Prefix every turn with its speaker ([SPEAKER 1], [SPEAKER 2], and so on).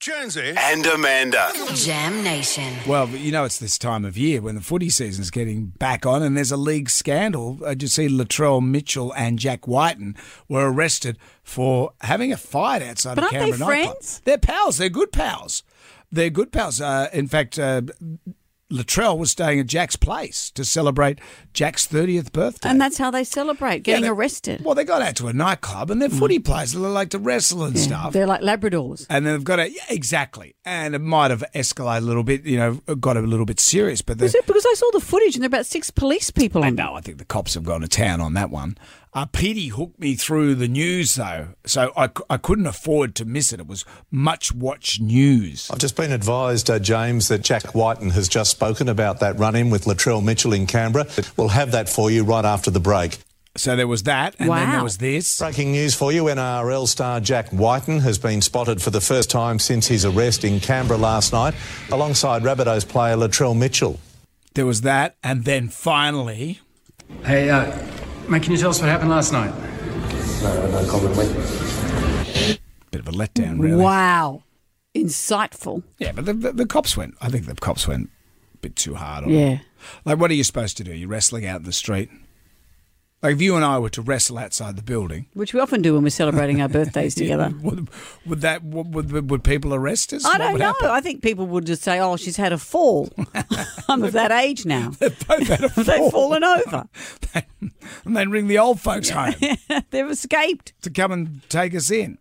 [SPEAKER 1] Jonesy.
[SPEAKER 2] and Amanda.
[SPEAKER 3] Jam Nation.
[SPEAKER 4] Well, you know, it's this time of year when the footy season's getting back on, and there's a league scandal. Uh, Did you see Latrell Mitchell and Jack Whiten were arrested for having a fight outside
[SPEAKER 5] But
[SPEAKER 4] of
[SPEAKER 5] aren't they
[SPEAKER 4] Canberra nightclub?
[SPEAKER 5] friends?
[SPEAKER 4] They're pals. They're good pals. They're good pals. Uh, in fact, uh, Latrell was staying at Jack's place to celebrate Jack's 30th birthday.
[SPEAKER 5] And that's how they celebrate
[SPEAKER 4] Yeah,
[SPEAKER 5] getting
[SPEAKER 4] they-
[SPEAKER 5] arrested. Mm.
[SPEAKER 4] Well, they got out to a nightclub, and they're footy players. They like to wrestle and
[SPEAKER 5] Yeah,
[SPEAKER 4] stuff.
[SPEAKER 5] They're like Labradors.
[SPEAKER 4] And then they've got a yeah, exactly, and it might have escalated a little bit, you know, got a little bit serious. But the,
[SPEAKER 5] Is it because I saw the footage and there are about six police people
[SPEAKER 4] I
[SPEAKER 5] on
[SPEAKER 4] know. I think the cops have gone to town on that one. Uh, Petey hooked me through the news, though, so I, c- I couldn't afford to miss it. It was much watched news.
[SPEAKER 6] I've just been advised, uh, James, that Jack Whiten has just spoken about that run in with Latrell Mitchell in Canberra. We'll have that for you right after the break.
[SPEAKER 4] So there was that, and then there
[SPEAKER 5] Wow.
[SPEAKER 4] was this.
[SPEAKER 6] Breaking news for you NRL star Jack Whiten has been spotted for the first time since his arrest in Canberra last night alongside Rabbitohs player Latrell Mitchell.
[SPEAKER 4] There was that, and then finally,
[SPEAKER 7] Hey, uh, mate, can you tell us what happened last night?
[SPEAKER 4] bit of a letdown, really.
[SPEAKER 5] Wow. Insightful.
[SPEAKER 4] Yeah, but the, the, the cops went. I think the cops went a bit too hard on it.
[SPEAKER 5] Yeah.
[SPEAKER 4] Like, what are you supposed to do? You're wrestling out in the street. Like, if you and I were to wrestle outside the building,
[SPEAKER 5] Which we often do when we're celebrating our birthdays together.
[SPEAKER 4] would, would that would, would, would people arrest us?
[SPEAKER 5] I
[SPEAKER 4] What
[SPEAKER 5] don't
[SPEAKER 4] would
[SPEAKER 5] know.
[SPEAKER 4] happen?
[SPEAKER 5] I think people would just say, oh, she's had a fall. I'm of that age now.
[SPEAKER 4] They've both had a
[SPEAKER 5] They've fallen over.
[SPEAKER 4] and they ring the old folks home
[SPEAKER 5] They've escaped.
[SPEAKER 4] to come and take us in.